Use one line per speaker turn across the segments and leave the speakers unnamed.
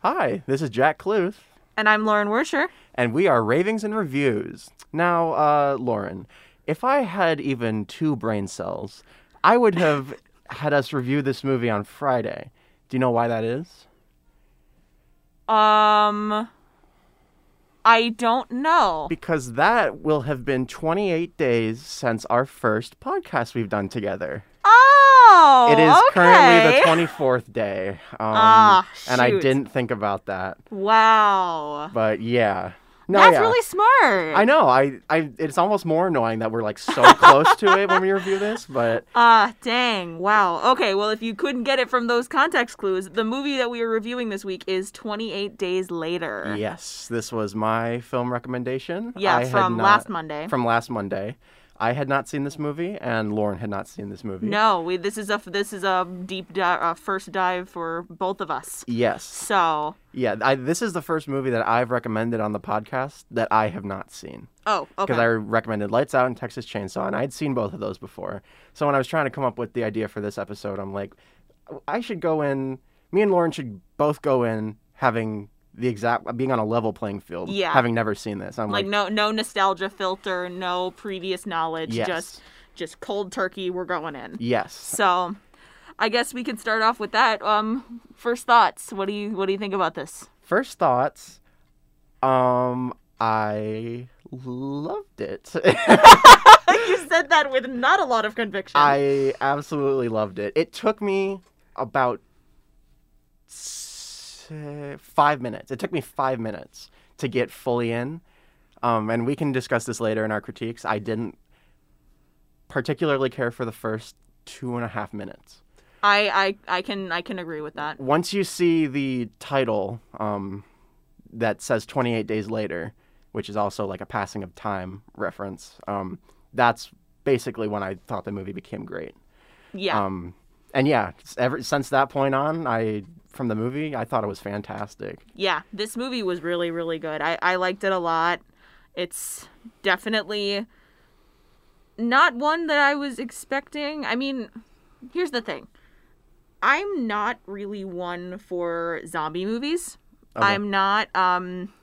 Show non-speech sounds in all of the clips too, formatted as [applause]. Hi, this is Jack Cluth,
And I'm Lauren Wersher.
and we are Ravings and Reviews. Now, uh, Lauren, if I had even two brain cells, I would have [laughs] had us review this movie on Friday. Do you know why that is?
Um, I don't know.
Because that will have been 28 days since our first podcast we've done together.
Oh,
it is
okay.
currently the 24th
[laughs]
day. Um,
Ah,
and I
shoot.
didn't think about that.
wow.
But yeah. No,
That's
Oh, yeah.
really smart.
I know. I, I it's almost more annoying that we're like so [laughs] close to it when we review this, but
[laughs] Ah, dang. Wow. Okay, well, if you couldn't get it from those context clues, the movie that we are reviewing this week is 28 Days Later.
yes, this was my film recommendation.
Yeah,
I had
from
not-
last Monday.
From last Monday. I had not seen this movie and Lauren had not seen this movie.
No, we, this is a this is a deep dive, uh, first dive for both of us.
Yes.
So,
Yeah, I, this is the first movie that I've recommended on the podcast that I have not seen.
oh, okay.
because I recommended Lights Out and Texas Chainsaw, and I'd seen both of those before. So when I was trying to come up with the idea for this episode, I'm like, I should go in. Me and Lauren should both go in having the exact being on a level playing field,
Yeah.
having never seen this. I'm like,
like no no nostalgia filter, no previous knowledge,
yes,
just just cold turkey, we're going in.
yes.
So, I guess we could start off with that. Um, first thoughts. What do you what do you think about this?
First thoughts. Um, I loved it. [laughs]
you said that with not a lot of conviction.
I absolutely loved it. It took me about s- five minutes. It took me five minutes to get fully in. Um, and we can discuss this later in our critiques. I didn't particularly care for the first two and a half minutes.
I, I I can I can agree with that.
Once you see the title um, that says 28 days later, which is also like a passing of time reference, um, that's basically when I thought the movie became great.
Yeah.
Um, and yeah, s- ever since that point on, I from the movie, I thought it was fantastic. [laughs]
yeah, this movie was really, really good. I, I liked it a lot. It's definitely not one that I was expecting. I mean, here's the thing I'm not really one for zombie movies. I'm not. Um,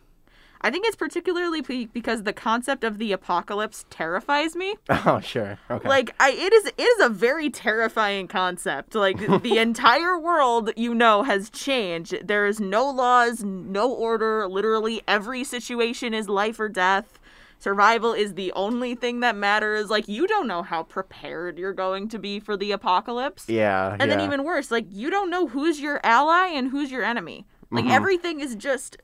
I think it's particularly be- because the concept of the apocalypse terrifies me
Oh sure, okay,
like I, it is it is a very terrifying concept like the entire world you know has changed there is no laws no order literally every situation is life or death survival is the only thing that matters like you don't know how prepared you're going to be for the apocalypse
yeah,
and
yeah.
then even worse like you don't know who's your ally and who's your enemy like
Mhm.
everything is just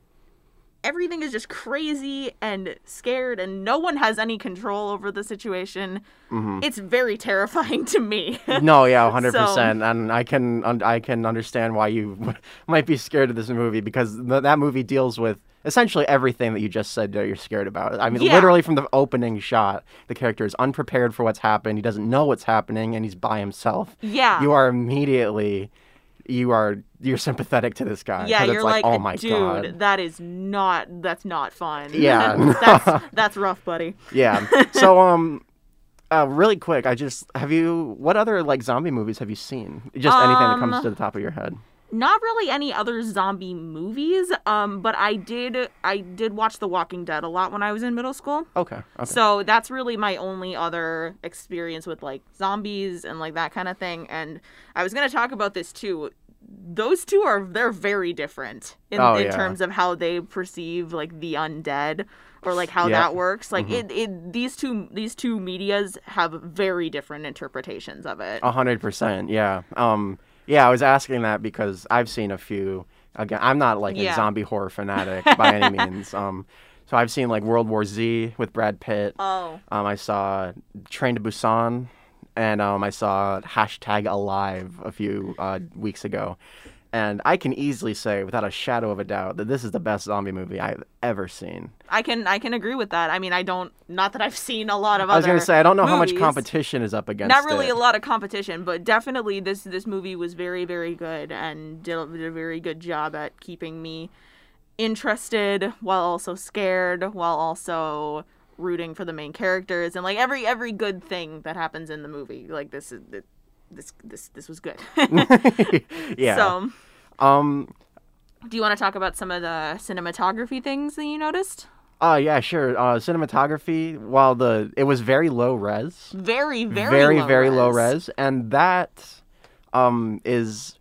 everything is just crazy and scared and no one has any control over the situation
Mm-hmm.
it's very terrifying [laughs] to me
[laughs] no, yeah, hundred percent, and I can un- I can understand why you [laughs] might be scared of this movie because th- that movie deals with essentially everything that you just said that you're scared about. I mean,
Yeah.
literally from the opening shot, the character is unprepared for what's happened. He doesn't know what's happening, and he's by himself.
yeah
You are immediately, you are you're sympathetic to this guy.
yeah
'cause it's
you're like,
oh my
dude
god,
that is not that's not fun
Yeah. [laughs]
[laughs] that's that's rough buddy
Yeah.
[laughs]
So um uh really quick, I just have you what other like zombie movies have you seen? Just anything that comes
Um,
to the top of your head.
not really any other zombie movies um but i did i did watch the walking dead a lot when i was in middle school
Okay. Okay.
So that's really my only other experience with like zombies and like that kind of thing. And I was gonna talk about this too. Those two are they're very different in,
Oh,
in
yeah.
terms of how they perceive like the undead or like how
Yeah.
that works. Like
Mm-hmm.
it, it these two these two medias have very different interpretations of it.
A hundred percent, yeah. Um yeah, I was asking that because I've seen a few again I'm not like a
Yeah.
zombie horror
[laughs]
fanatic by any means. Um so I've seen like World War Z with Brad Pitt.
Oh.
Um, I saw Train to Busan, and um, I saw hashtag Alive a few uh, weeks ago. And I can easily say, without a shadow of a doubt, that this is the best zombie movie I've ever seen.
I can I can agree with that. I mean I don't not that I've seen a lot of
I was
other
gonna say, I don't know how much
movies.
competition is up against.
not really
it.
a lot of competition, but definitely this this movie was very very good and did a, did a very good job at keeping me interested while also scared while also rooting for the main characters and like every every good thing that happens in the movie like this is [laughs]
[laughs]
this this this was good.
yeah.
So
Um,
Do you want to talk about some of the cinematography things that you noticed?
Uh, yeah, sure. Uh, cinematography, while the it was very low res,
Very, very,
very,
low
very
res.
low res, and that um, is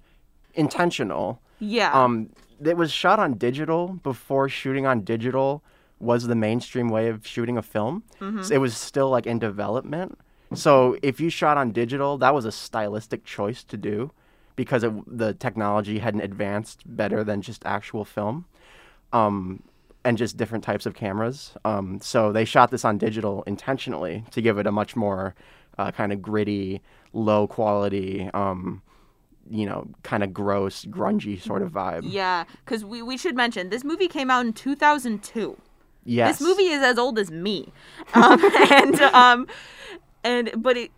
intentional.
Yeah.
Um, it was shot on digital before shooting on digital was the mainstream way of shooting a film.
Mm-hmm.
So it was still like in development. So if you shot on digital, that was a stylistic choice to do because it, the technology hadn't advanced better than just actual film um, and just different types of cameras. Um, so they shot this on digital intentionally to give it a much more uh, kind of gritty, low quality, um, you know, kind of gross, grungy sort of vibe.
yeah, because we, we should mention this movie came out in 2002.
Yes.
This movie is as old as me,
[laughs]
um, and um, and but it,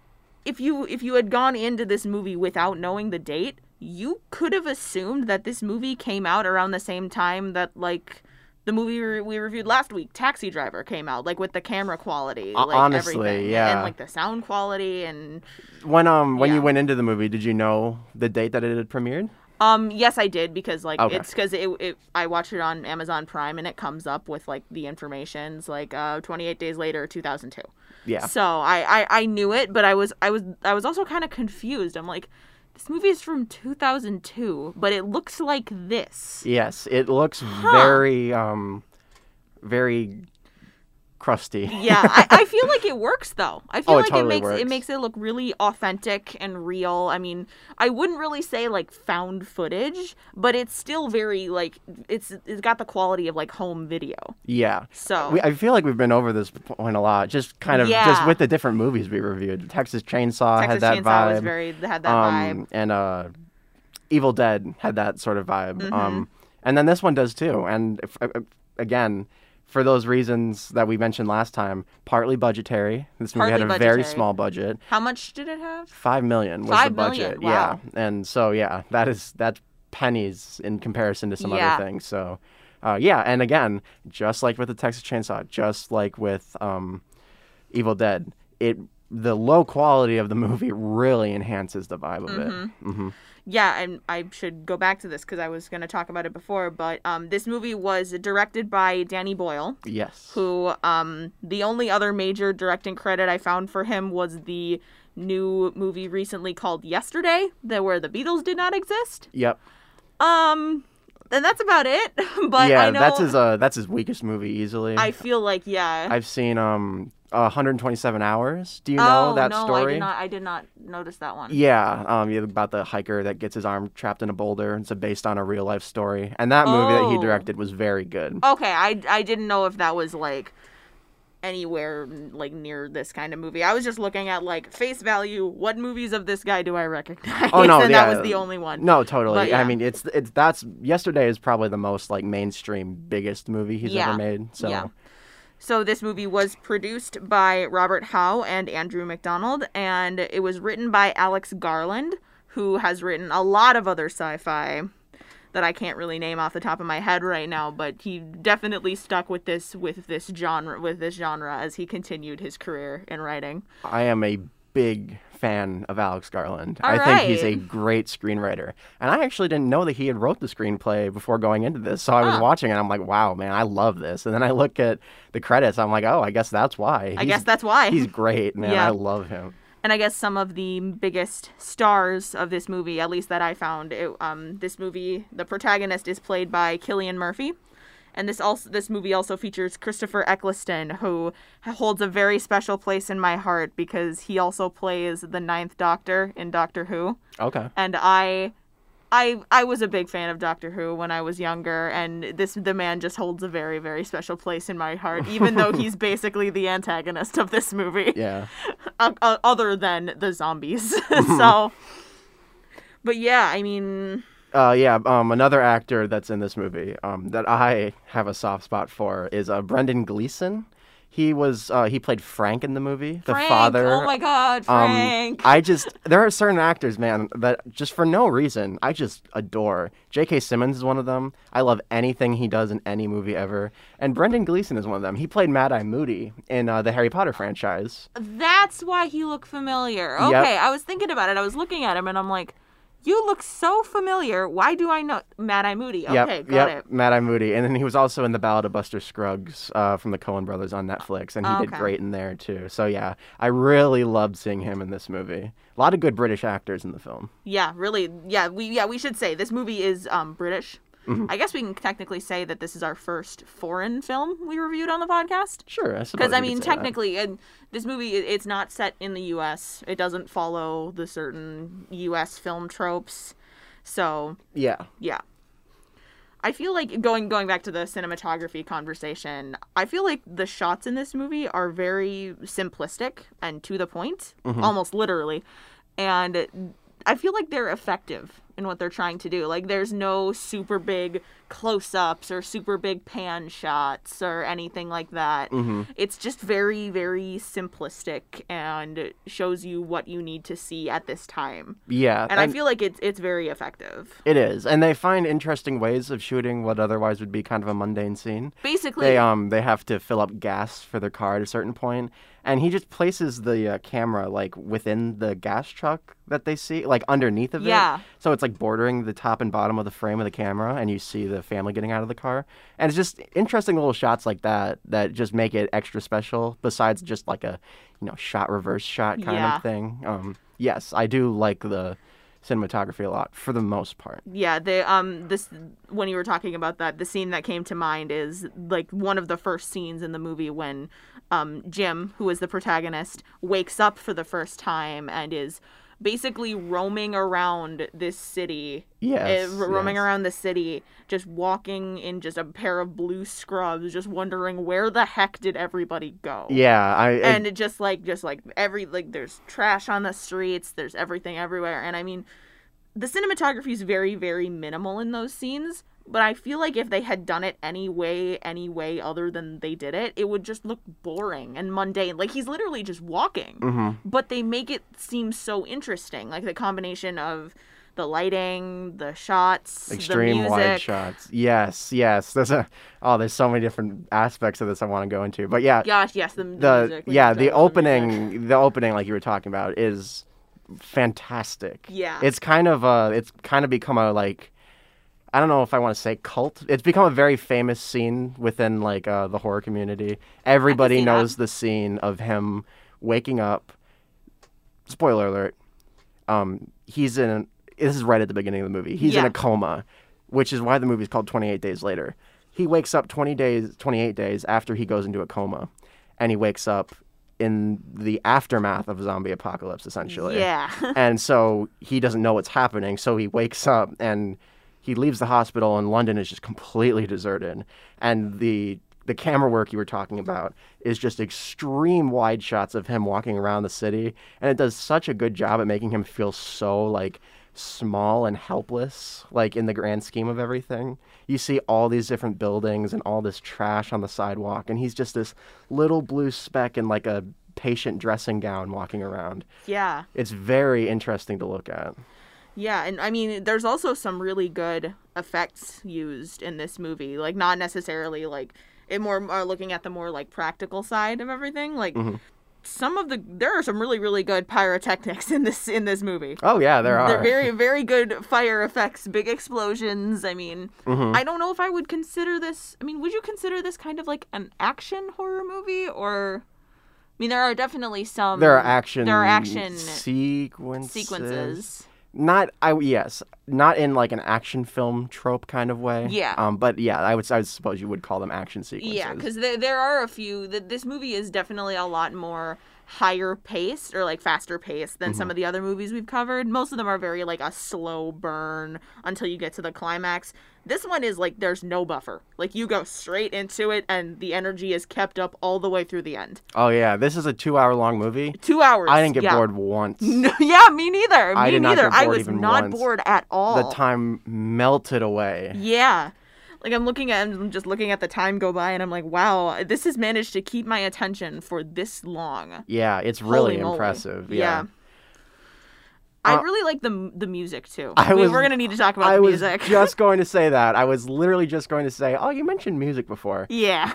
if you if you had gone into this movie without knowing the date, you could have assumed that this movie came out around the same time that like the movie we, we reviewed last week, Taxi Driver, came out, like with the camera quality,
Uh,
like
honestly,
everything, and
yeah.
like the sound quality, and
When um when
Yeah.
you went into the movie, did you know the date that it had premiered?
um, yes, I did because like
Okay.
it's because it, it I watched it on Amazon Prime and it comes up with like the information's like uh, 28 days later, 2002.
Yeah.
So I, I I knew it, but I was I was I was also kind of confused. I'm like, this movie is from 2002, but it looks like this.
Yes, it looks very um very crusty.
[laughs] Yeah, I, I feel
[laughs]
like it works though. I feel
Oh, it
like
totally
it makes it
works.
makes it look really authentic and real. I mean, I wouldn't really say like found footage, but it's still very like it's it's got the quality of like home video.
Yeah.
So
We, I feel like we've been over this point a lot, just kind of just
Yeah.
with the different movies we reviewed. Texas Chainsaw
Texas
had that
Chainsaw
vibe,
was very had that vibe.
um, and uh, Evil Dead had that sort of vibe.
Mm-hmm.
Um, and then this one does too. And if, uh, uh, again, for those reasons that we mentioned last time, partly budgetary. This movie had a
Partly
very
budgetary.
small budget.
How much did it have?
Five million was
Five
the budget.
million, wow.
Yeah, and so yeah, that is that's pennies in comparison to some
Yeah.
other things. So, uh, yeah, and again, just like with the Texas Chainsaw, just like with um, Evil Dead, it the low quality of the movie really enhances the vibe of
Mm-hmm.
it. hmm
yeah, and I should go back to this because I was going to talk about it before, but um, this movie was directed by Danny Boyle,
Yes.
who um, the only other major directing credit I found for him was the new movie recently called Yesterday, that where the Beatles did not exist.
Yep.
Um, and that's about it. [laughs] but
yeah,
I know
that's his um, uh, that's his weakest movie easily.
I feel like yeah.
have seen um 127 hours. Do you
oh
know that
no,
story?
I did not. I did not notice that one.
Yeah, um, yeah, about the hiker that gets his arm trapped in a boulder. It's based on a real life story, and that movie that he
Oh.
directed was very good.
Okay, I I didn't know if that was like anywhere like near this kind of movie. I was just looking at like face value. What movies of this guy do I recognize?
Oh, no,
[laughs] and that
yeah.
was the only one.
No, totally.
But, yeah.
I mean, it's it's that's yesterday is probably the most like mainstream biggest movie he's
Yeah.
ever made. So
Yeah. So this movie was produced by Robert Howe and Andrew McDonald, and it was written by Alex Garland, who has written a lot of other sci-fi that I can't really name off the top of my head right now, but he definitely stuck with this with this genre with this genre as he continued his career in writing.
I am a big fan of Alex Garland.
All
I think he's a
right.
great screenwriter, and I actually didn't know that he had wrote the screenplay before going into this. So I was
Huh.
watching it, and I'm like, wow, man, I love this. And then I look at the credits, I'm like, oh, I guess that's why.
I
He's-
guess that's why.
he's great, man.
Yeah.
I love him.
[laughs] and I guess some of the biggest stars of this movie, at least that I found, it, um, this movie, the protagonist is played by Killian Murphy, and this also this movie also features Christopher Eccleston, who holds a very special place in my heart because he also plays the Ninth Doctor in Doctor Who,
Okay.
and I. I, I was a big fan of Doctor Who when I was younger, and this the man just holds a very very special place in my heart,
[laughs]
even though he's basically the antagonist of this movie
Yeah.
o- o- other than the zombies. [laughs]
Mm-hmm.
so, but yeah, I mean,
Uh, yeah, um, another actor that's in this movie um, that I have a soft spot for is uh, Brendan Gleeson. He was uh, he played Frank in the movie, the
Frank.
father.
Oh my God,
Um,
Frank.
I just there are certain actors, man, that just for no reason I just adore. J.K. Simmons is one of them. I love anything he does in any movie ever, and Brendan Gleeson is one of them. He played Mad Eye Moody in uh, the Harry Potter franchise.
That's why he looked familiar.
Yep.
Okay, I was thinking about it. I was looking at him, and I'm like, You look so familiar. Why do I know Mad Eye Moody?
Yep,
Okay, got
yep,
it.
Mad Eye Moody, and then he was also in the Ballad of Buster Scruggs uh, from the Coen Brothers on Netflix, and he did
Okay.
great in there too. So yeah, I really loved seeing him in this movie. A lot of good British actors in the film.
Yeah, really. Yeah, we yeah we should say this movie is um British.
Mm-hmm.
I guess we can technically say that this is our first foreign film we reviewed on the podcast.
Sure, I suppose.
Because I
you could
mean,
say that.
technically, and this movie it- it's not set in the U.S. It doesn't follow the certain U.S. film tropes. So
yeah,
yeah, I feel like going going back to the cinematography conversation. I feel like the shots in this movie are very simplistic and to the point, almost literally, and I feel like they're effective in what they're trying to do. Like there's no super big close-ups or super big pan shots or anything like that. It's just very very simplistic and shows you what you need to see at this time.
yeah,
And I feel like it's it's very effective.
it is, and they find interesting ways of shooting what otherwise would be kind of a mundane scene.
Basically,
They um they have to fill up gas for their car at a certain point, and he just places the uh, camera like within the gas truck that they see, like underneath of
Yeah.
it. So it's like bordering the top and bottom of the frame of the camera, and you see the family getting out of the car, and it's just interesting little shots like that that just make it extra special. Besides just like a you know shot reverse shot kind
Yeah.
of thing. Um, yes, I do like the cinematography a lot for the most part.
Yeah, they um this when you were talking about that, the scene that came to mind is like one of the first scenes in the movie when um Jim, who is the protagonist, wakes up for the first time and is basically roaming around this city.
Yes,
eh, roaming
yes.
around the city, just walking in just a pair of blue scrubs, just wondering where the heck did everybody go?
Yeah, I it-
and it just like just like every like there's trash on the streets there's everything everywhere and i mean the cinematography is very very minimal in those scenes but i feel like if they had done it any way any way other than they did it it would just look boring and mundane like he's literally just walking
mhm.
but they make it seem so interesting like the combination of the lighting the shots the
extreme
music
wide shots. Yes, yes. There's a oh, there's so many different aspects of this I want to go into. But yeah,
gosh yes the, the,
the
music. We
yeah
can
the
talk about music.
opening the opening like you were talking about is fantastic.
Yeah.
it's kind of uh, it's kind of become a like. I don't know if I want to say cult. It's become a very famous scene within like uh, the horror community. Everybody
see that.
knows the scene of him waking up. Spoiler alert um, he's in. This is right at the beginning of the movie. He's in
Yeah.
a coma, which is why the movie's called 28 Days Later. He wakes up 20 days, 28 days after he goes into a coma, and he wakes up in the aftermath of a zombie apocalypse, essentially.
yeah
[laughs]
[laughs]
and so he doesn't know what's happening. So he wakes up and he leaves the hospital, and London is just completely deserted. And the the camera work you were talking about is just extreme wide shots of him walking around the city, and it does such a good job at making him feel so like small and helpless like in the grand scheme of everything you see all these different buildings and all this trash on the sidewalk and he's just this little blue speck in like a patient dressing gown walking around
yeah
it's very interesting to look at.
Yeah, and I mean, there's also some really good effects used in this movie. Like, not necessarily like it more are looking at the more like practical side of everything. Like,
Mm-hmm.
some of the there are some really really good pyrotechnics [laughs] in this in this movie.
Oh yeah, there
They're
are.
very very good fire effects, big explosions. I mean,
Mm-hmm.
I don't know if I would consider this. I mean, would you consider this kind of like an action horror movie or? I mean, there are definitely some.
There are action.
There are action
sequences.
sequences.
Not I yes, not in like an action film trope kind of way.
Yeah.
Um, but yeah, I would I would suppose you would call them action sequences.
Yeah, because there, there are a few. That this movie is definitely a lot more higher paced or like faster paced than
Mm-hmm.
some of the other movies we've covered. Most of them are very like a slow burn until you get to the climax. This one is like there's no buffer. Like you go straight into it, and the energy is kept up all the way through the end.
Oh yeah, this is a two-hour-long movie.
Two hours.
I didn't get
yeah.
bored once.
[laughs] No, yeah, me neither. Me
I did not
neither.
get
I
bored
was
even
not
once.
bored at all.
The time melted away.
Yeah. Like I'm looking at I'm just looking at the time go by and I'm like, wow, this has managed to keep my attention for this long.
Yeah, it's really
moly.
impressive.
Yeah.
Yeah.
I
Uh,
really like the the music too.
I
we,
was-
we're gonna need to talk about
I
the
was
music.
just going to say that. I was literally just going to say, "Oh, you mentioned music before."
[laughs] yeah.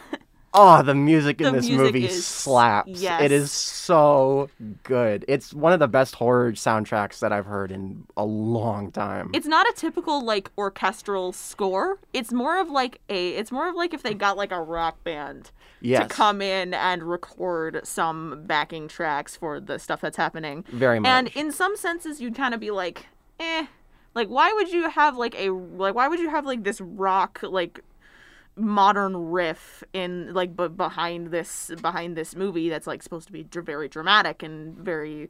Oh, the music in
The
this
music
movie
is-
slaps. It
yes.
is so good. It's one of the best horror soundtracks that I've heard in a long time.
It's not a typical like orchestral score. It's more of like a it's more of like if they got like a rock band
yes,
to come in and record some backing tracks for the stuff that's happening.
very much.
And in some senses you'd kind of be like, "Eh, like why would you have like a like why would you have like this rock like modern riff in like but behind this behind this movie that's like supposed to be dr- very dramatic and very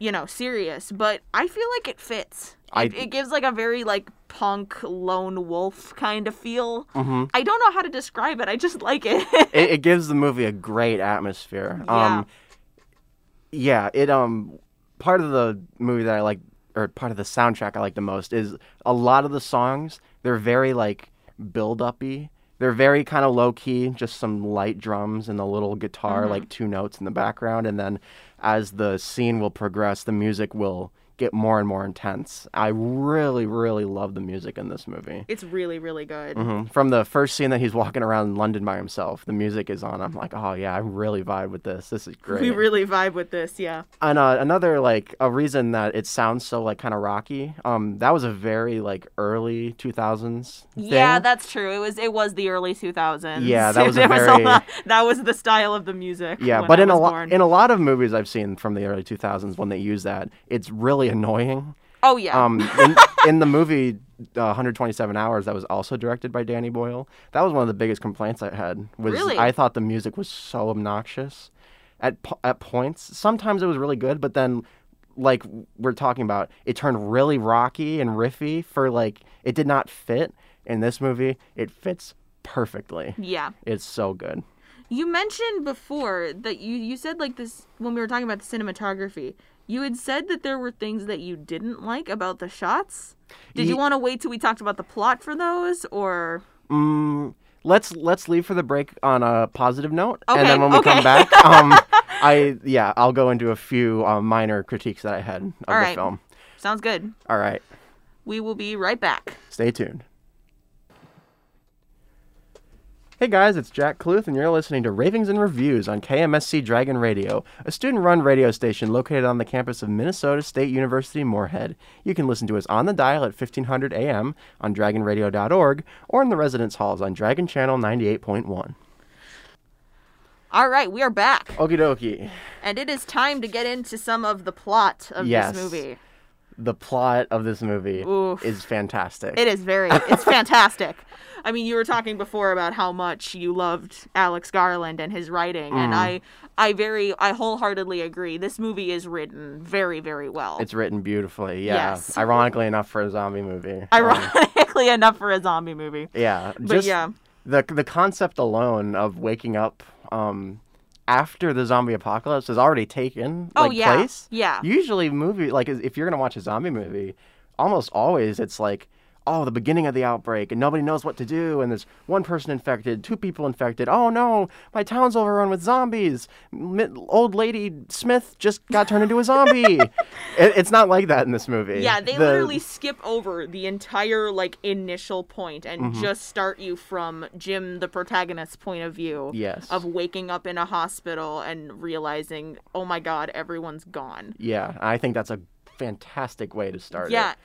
you know serious but i feel like it fits it,
I-
it gives like a very like punk lone wolf kind of feel
Mhm.
i don't know how to describe it i just like it [laughs]
it, it gives the movie a great atmosphere. Um, yeah, it um part of the movie that I like or part of the soundtrack I like the most is a lot of the songs, they're very like build uppy. They're very kind of low key, just some light drums and a little guitar, like two notes in the background, and then as the scene will progress, the music will get more and more intense. I really, really love the music in this movie.
it's really really good
hmm From the first scene that he's walking around London by himself, the music is on. I'm like, oh yeah, I really vibe with this. This is great.
we really vibe with this yeah
and uh, another like a reason that it sounds so like kind of rocky. Um, that was a very like early 2000s. Thing.
Yeah, that's true. It was it was the early 2000s.
Yeah,
[laughs]
that was a
There
very-
lot- that was the style of the music.
yeah,
when
but
I
in a
was
lot
born.
in a lot of movies I've seen from the early 2000s when they use that, it's really annoying.
oh yeah,
Um, in, in the movie uh, 127 Hours, that was also directed by Danny Boyle. That was one of the biggest complaints I had. Was
Really?
I thought the music was so obnoxious at po- at points. Sometimes it was really good, but then like we're talking about, it turned really rocky and riffy for like it did not fit in this movie. It fits perfectly.
yeah.
It's so good.
You mentioned before that you you said like this when we were talking about the cinematography. You had said that there were things that you didn't like about the shots. Did you
Ye-
want to wait till we talked about the plot for those, or
Mm, let's let's leave for the break on a positive note, and
Okay,
then when we
okay.
come back,
[laughs]
um, I yeah, I'll go into a few uh, minor critiques that I had of
All
the
right.
film.
sounds good?
All right,
We will be right back.
stay tuned. Hey guys, it's Jack Cluth, and you're listening to Ravings and Reviews on KMSC Dragon Radio, a student run radio station located on the campus of Minnesota State University Moorhead. You can listen to us on the dial at 1500 AM on dragonradio.org or in the residence halls on Dragon Channel 98.1.
All right, we are back,
Okie dokie.
and it is time to get into some of the plot of
Yes.
this movie.
The plot of this movie
Oof.
is fantastic.
It is very.
[laughs]
It's fantastic. I mean, you were talking before about how much you loved Alex Garland and his writing,
Mm.
and I, I very, I wholeheartedly agree. This movie is written very, very well.
It's written beautifully. Yeah.
Yes.
Ironically enough, for a zombie movie. Um,
ironically [laughs] enough for a zombie movie.
yeah. But
yeah.
The the concept alone of waking up um after the zombie apocalypse has already taken
Oh,
like,
yeah.
place.
Yeah.
Usually, movie like if you're gonna watch a zombie movie, almost always it's like. Oh, the beginning of the outbreak, and nobody knows what to do, and there's one person infected, two people infected. Oh no, my town's overrun with zombies. M- old lady Smith just got turned into a zombie.
[laughs]
it, it's not like that in this movie.
Yeah, they
The-
literally skip over the entire like initial point and
Mm-hmm.
just start you from Jim, the protagonist's point of view.
Yes.
Of waking up in a hospital and realizing, oh my god, everyone's gone.
Yeah, I think that's a fantastic way to start
Yeah,
it. Mm-hmm.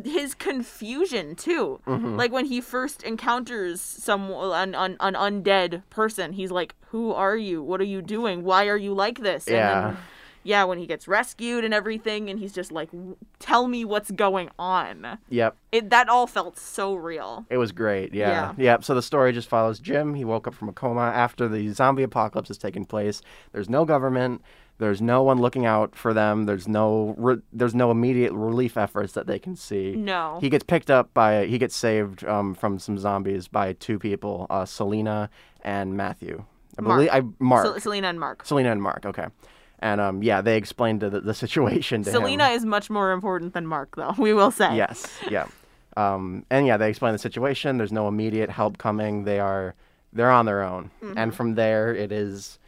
and it, his confusion too. Like when he first encounters some an, an an undead person, he's like, "Who are you? What are you doing? Why are you like this?" And
Yeah.
then, yeah. When he gets rescued and everything, and he's just like, "W- "Tell me what's going on."
Yep.
It that all felt so real.
It was great. Yeah.
Yeah.
Yep. So the story just follows Jim. He woke up from a coma after the zombie apocalypse has taken place. There's no government. There's no one looking out for them. There's no re- there's no immediate relief efforts that they can see.
No.
He gets picked up by he gets saved um, from some zombies by two people, uh, Selena and Matthew. I
Mark.
believe I Mark.
Sel- Selena and Mark.
Selena and Mark. Okay. And um, yeah, they explained the, the situation to him.
Selena is much more important than Mark, though. [laughs] We will say.
Yes. Yeah. Um, and yeah, they explain the situation. There's no
Mm-hmm.
immediate help coming. They are they're on their own, and from there it is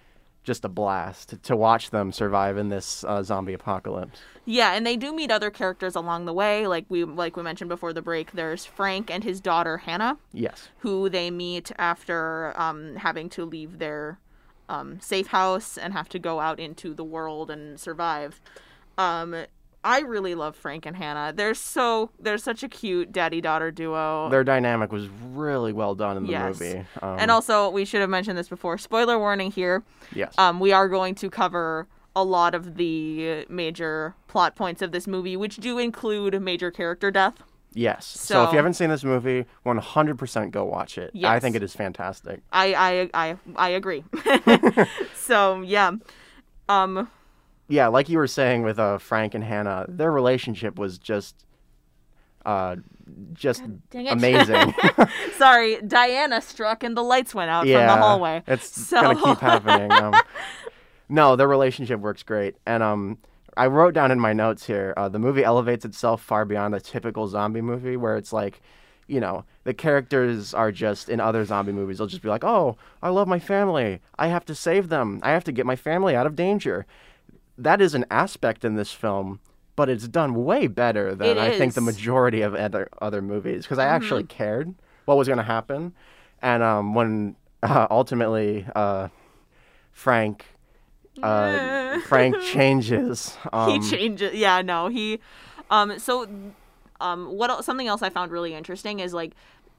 just a blast to watch them survive in this uh, zombie apocalypse.
Yeah, and they do meet other characters along the way. Like we like we mentioned before the break, there's Frank and his daughter Hannah,
Yes.
who they meet after um, having to leave their um, safe house and have to go out into the world and survive. Um, I really love Frank and Hannah. They're so they're such a cute daddy daughter duo.
Their dynamic was really well done in the
Yes.
movie. Um,
and also, we should have mentioned this before. Spoiler warning here.
yes.
Um, we are going to cover a lot of the major plot points of this movie, which do include major character death.
yes. So, if
so-
you haven't seen this movie, 100% go watch it. I
Yes.
think it is fantastic.
I I I, I agree. [laughs] so yeah, um,
Yeah, like you were saying with uh, Frank and Hannah, their relationship was just uh just
dang it. [laughs]
amazing.
sorry, Diana struck and the lights went out
yeah,
from the hallway.
It's
So-
gonna keep happening.
[laughs]
Um, no, their relationship works great, and um, I wrote down in my notes here uh, the movie elevates itself far beyond a typical zombie movie where it's like. You know, the characters are just in other zombie movies. They'll just be like, "Oh, I love my family. I have to save them. I have to get my family out of danger." That is an aspect in this film, but it's done way better than
It
I think the
is. Mm-hmm.
majority of other other movies because I actually cared what was going to happen, and um, when [laughs] uh, ultimately uh, Frank uh,
[laughs]
Frank changes, um,
he changes. Yeah, no, he. Um, so, um, what else, something else I found really interesting is like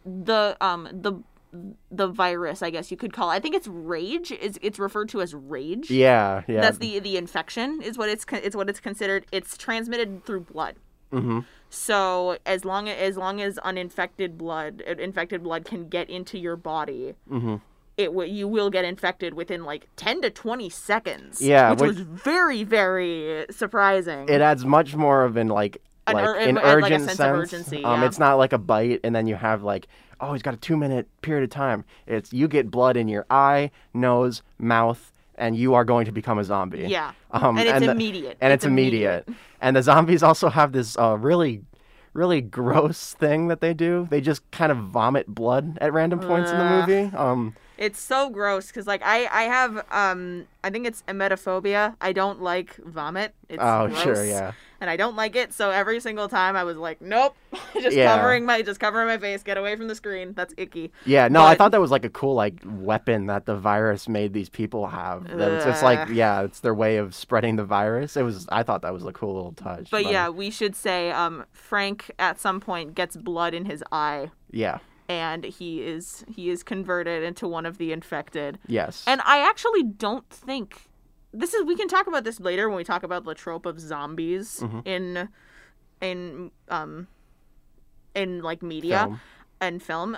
the um the the virus I guess you could call. It. I think it's rage. Is it's referred to as rage.
yeah, yeah,
That's the the infection is what it's con- it's what it's considered. It's transmitted through blood.
Mhm.
So as long as, as long as uninfected blood, uh, infected blood can get into your body,
Mm-hmm.
it wi- you will get infected within like ten to twenty seconds.
Yeah,
which,
which-
was very very surprising.
it adds much more of an like
An
like
ur-
an
like a
urgent
sense
sense.
of urgency,
Um,
yeah.
it's not like a bite, and then you have like oh, he's got a two minute period of time. It's you get blood in your eye, nose, mouth, and you are going to become a zombie.
Yeah.
um,
And it's
the-
immediate.
and
It's
it's, immediate. And the zombies also have this uh, really. Really gross thing that they do. They just kind of vomit blood at random points in
Ugh.
the movie. Um,
It's so gross because like I I have um I think it's emetophobia. I don't like vomit. It's
Oh, sure,
gross,
yeah.
And I don't like it, so every single time I was like, nope, [laughs] just
Yeah.
covering my just covering my face. Get away from the screen. That's icky.
Yeah, no, I
But-
thought that was like a cool like weapon that the virus made these people have. That it's just like
Ugh.
yeah, it's their way of spreading the virus. It was I thought that was a cool little touch.
But yeah, we should say um Frank at some point gets blood in his eye,
yeah,
and he is he is converted into one of the infected.
yes,
And I actually don't think this is. We can talk about this later when we talk about the trope of zombies in in um in like media
Film.
and film.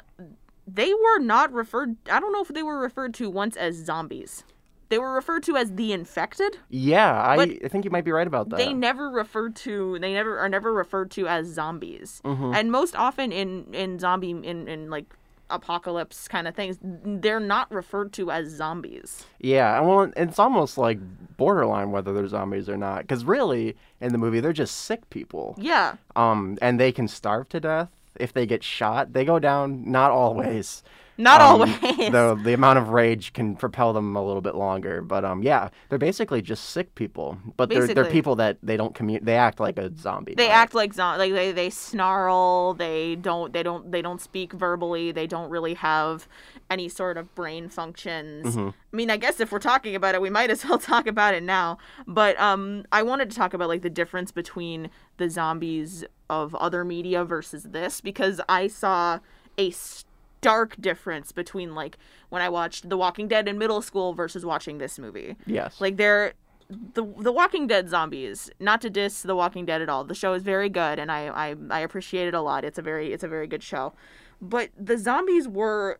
They were not referred. I don't know if they were referred to once as zombies. They were referred to as the infected.
yeah, I,
but
I think you might be right about that.
They never referred to. They never are never referred to as zombies. And most often in in zombie in in like apocalypse kind of things, they're not referred to as zombies.
yeah, and well, it's almost like borderline whether they're zombies or not, because really in the movie they're just sick people.
Yeah.
Um, and they can starve to death if they get shot. They go down not always.
Not
um,
always.
Though the amount of rage can propel them a little bit longer, but um, yeah, they're basically just sick people. But they're they're
Basically.
people that they don't commu They act like a zombie.
They
does.
act like zom- like they, they snarl, they don't they don't they don't speak verbally, they don't really have any sort of brain functions. I mean, I guess if we're talking about it, we might as well [laughs] talk about it now. But um I wanted to talk about like the difference between the zombies of other media versus this because I saw a stark difference between like when I watched The Walking Dead in middle school versus watching this movie.
Yes.
Like they're the the Walking Dead zombies. Not to diss the Walking Dead at all. The show is very good, and I I, I appreciate it a lot. It's a very it's a very good show, but the zombies were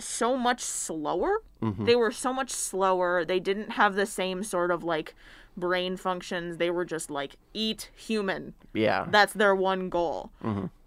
so much slower. They were so much slower. They didn't have the same sort of like brain functions. They were just like eat human.
yeah,
That's their one goal.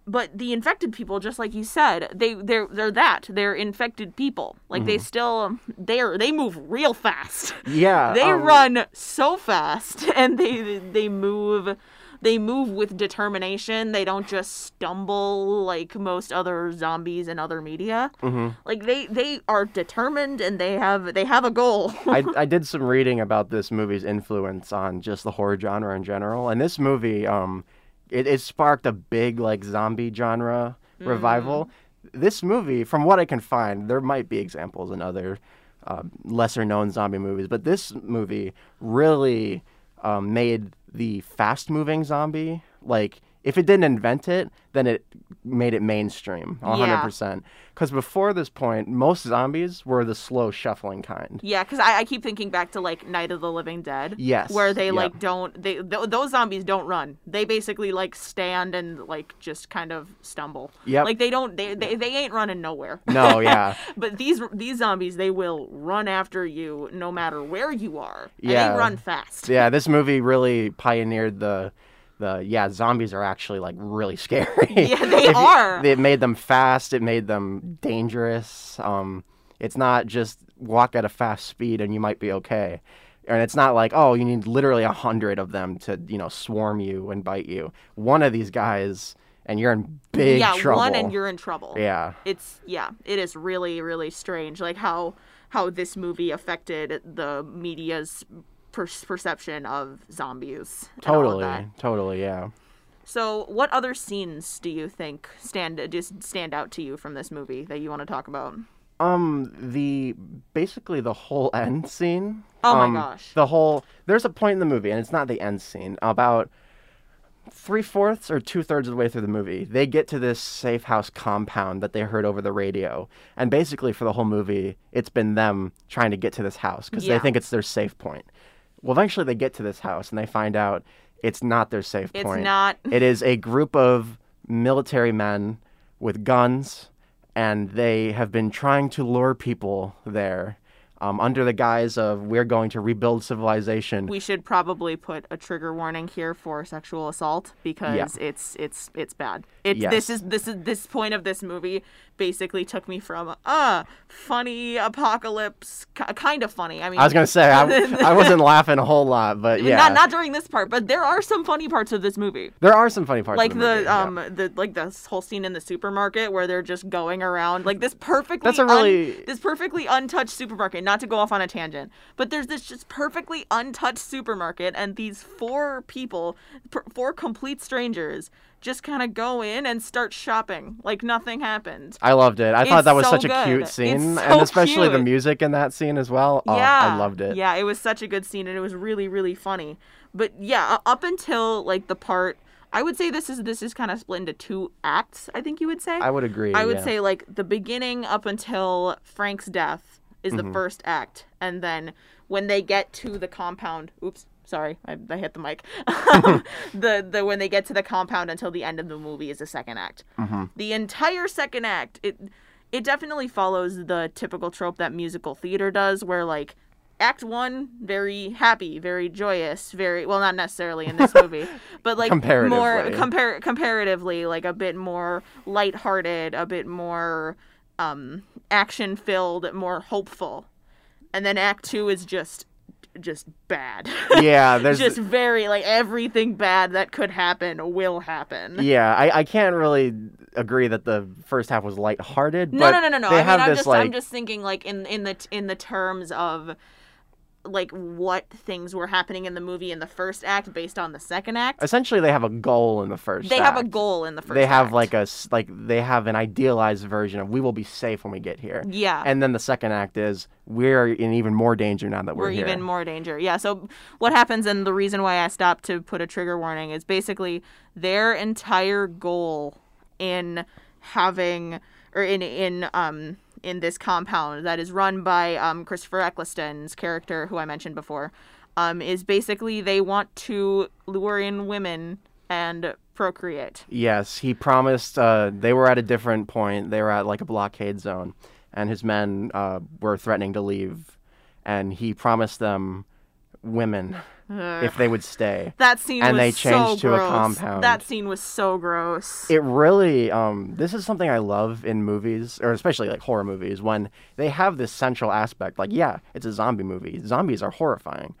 But the infected people, just like you said, they they're they're that they're infected people. Like they still they're they move real fast. [laughs]
yeah.
They
um,
[laughs] run so fast and they they move they move with determination. They don't just stumble like most other zombies in other media.
Mhm.
Like they they are determined and they have they have a goal. [laughs]
I, I did some reading about this movie's influence on just the horror genre in general, and this movie, um, it, it sparked a big like zombie genre revival. This movie, from what I can find, there might be examples in other uh, lesser known zombie movies, but this movie really um, made the fast moving zombie like. If it didn't invent it, then it made it mainstream, 100%. Because before this point, most zombies were the slow shuffling kind.
Yeah, because I, I keep thinking back to like Night of the Living Dead.
Yes,
Where they
yeah.
like don't they th- those zombies don't run. They basically like stand and like just kind of stumble.
Yep.
Like they don't they they, they ain't running nowhere.
No, yeah.
But these these zombies they will run after you no matter where you are. And
Yeah.
They run fast.
yeah, this movie really pioneered the the yeah, zombies are actually like really [laughs] scary.
Yeah, they
If you-
are.
it made them fast, it made them dangerous. Um it's not just walk at a fast speed and you might be okay. And it's not like, oh, you need literally a hundred of them to, you know, swarm you and bite you. One of these guys and you're in big
yeah,
trouble.
one and you're in trouble.
yeah.
It's yeah, it is really really strange like how how this movie affected the media's per- perception of zombies. and all of that.
Totally. Totally, yeah.
So, what other scenes do you think stand just stand out to you from this movie that you want to talk about?
Um, the basically the whole [laughs] end scene.
Oh my
um,
gosh.
The whole there's a point in the movie, and it's not the end scene. About three fourths or two thirds of the way through the movie, they get to this safe house compound that they heard over the radio, and basically for the whole movie, it's been them trying to get to this house because
Yeah.
they think it's their safe point. Well, eventually they get to this house and they find out it's not their safe
It's
point
not.
it is a group of military men with guns, and they have been trying to lure people there um, under the guise of we're going to rebuild civilization.
We should probably put a trigger warning here for sexual assault because it's it's it's bad. It's
Yes.
this is this is this point of this movie basically took me from uh funny apocalypse ki- kind of funny. I mean,
I was going to say, I, I wasn't laughing a whole lot, but yeah.
not not during this part, but there are some funny parts of this movie.
there are some funny parts.
Like
of
the,
the, movie, yeah.
um the like the whole scene in the supermarket where they're just going around like this perfectly
That's a
un-
really-
this perfectly untouched supermarket. Not to go off on a tangent, but there's this just perfectly untouched supermarket, and these four people, per- four complete strangers, just kind of go in and start shopping like nothing happened.
I loved it. I
It's
thought that was
so
such a
good.
cute
It's
scene,
so
and especially the
cute.
music in that scene as well. Oh,
yeah,
I loved it.
Yeah, it was such a good scene, and it was really, really funny. But yeah, u- up until like the part, I would say this is this is kind of split into two acts. I think you would say.
I would agree.
I would
yeah.
say like the beginning up until Frank's death is the first act, and then when they get to the compound, oops, sorry, I, I hit the mic. Um, the the when they get to the compound until the end of the movie is the second act. The entire second act, it it definitely follows the typical trope that musical theater does, where like. Act one, very happy, very joyous, very well, not necessarily in this movie, but like more
Comparatively.
compar- comparatively like a bit more lighthearted, a bit more um action filled, more hopeful. And then act 2 is just just bad. [laughs]
Yeah, there's
just very like everything bad that could happen will happen.
Yeah, I, I can't really agree that the first half was lighthearted.
No,
but
no, no, no, no.
They
I mean,
have
I'm
this
just,
like
I'm just thinking like in in the in the terms of like what things were happening in the movie in the first act based on the second act.
essentially they have a goal in the first.
They have a
act.
goal in the first.
They have
act.
like a s- like they have an idealized version of we will be safe when we get here.
yeah.
And then the second act is we're in even more danger now that we're,
we're
here.
even more danger. Yeah. So what happens and the reason why I stopped to put a trigger warning is basically their entire goal in having or in in um in this compound that is run by um Christopher Eccleston's character who I mentioned before um is basically they want to lure in women and procreate.
Yes, he promised. Uh, they were at a different point. They were at like a blockade zone, and his men uh, were threatening to leave, and he promised them women if they would stay.
That scene
And
was
they
so
changed to a
gross.
compound.
That scene was so gross.
it really um, this is something i love in movies or especially like horror movies when they have this central aspect like yeah it's a zombie movie zombies are horrifying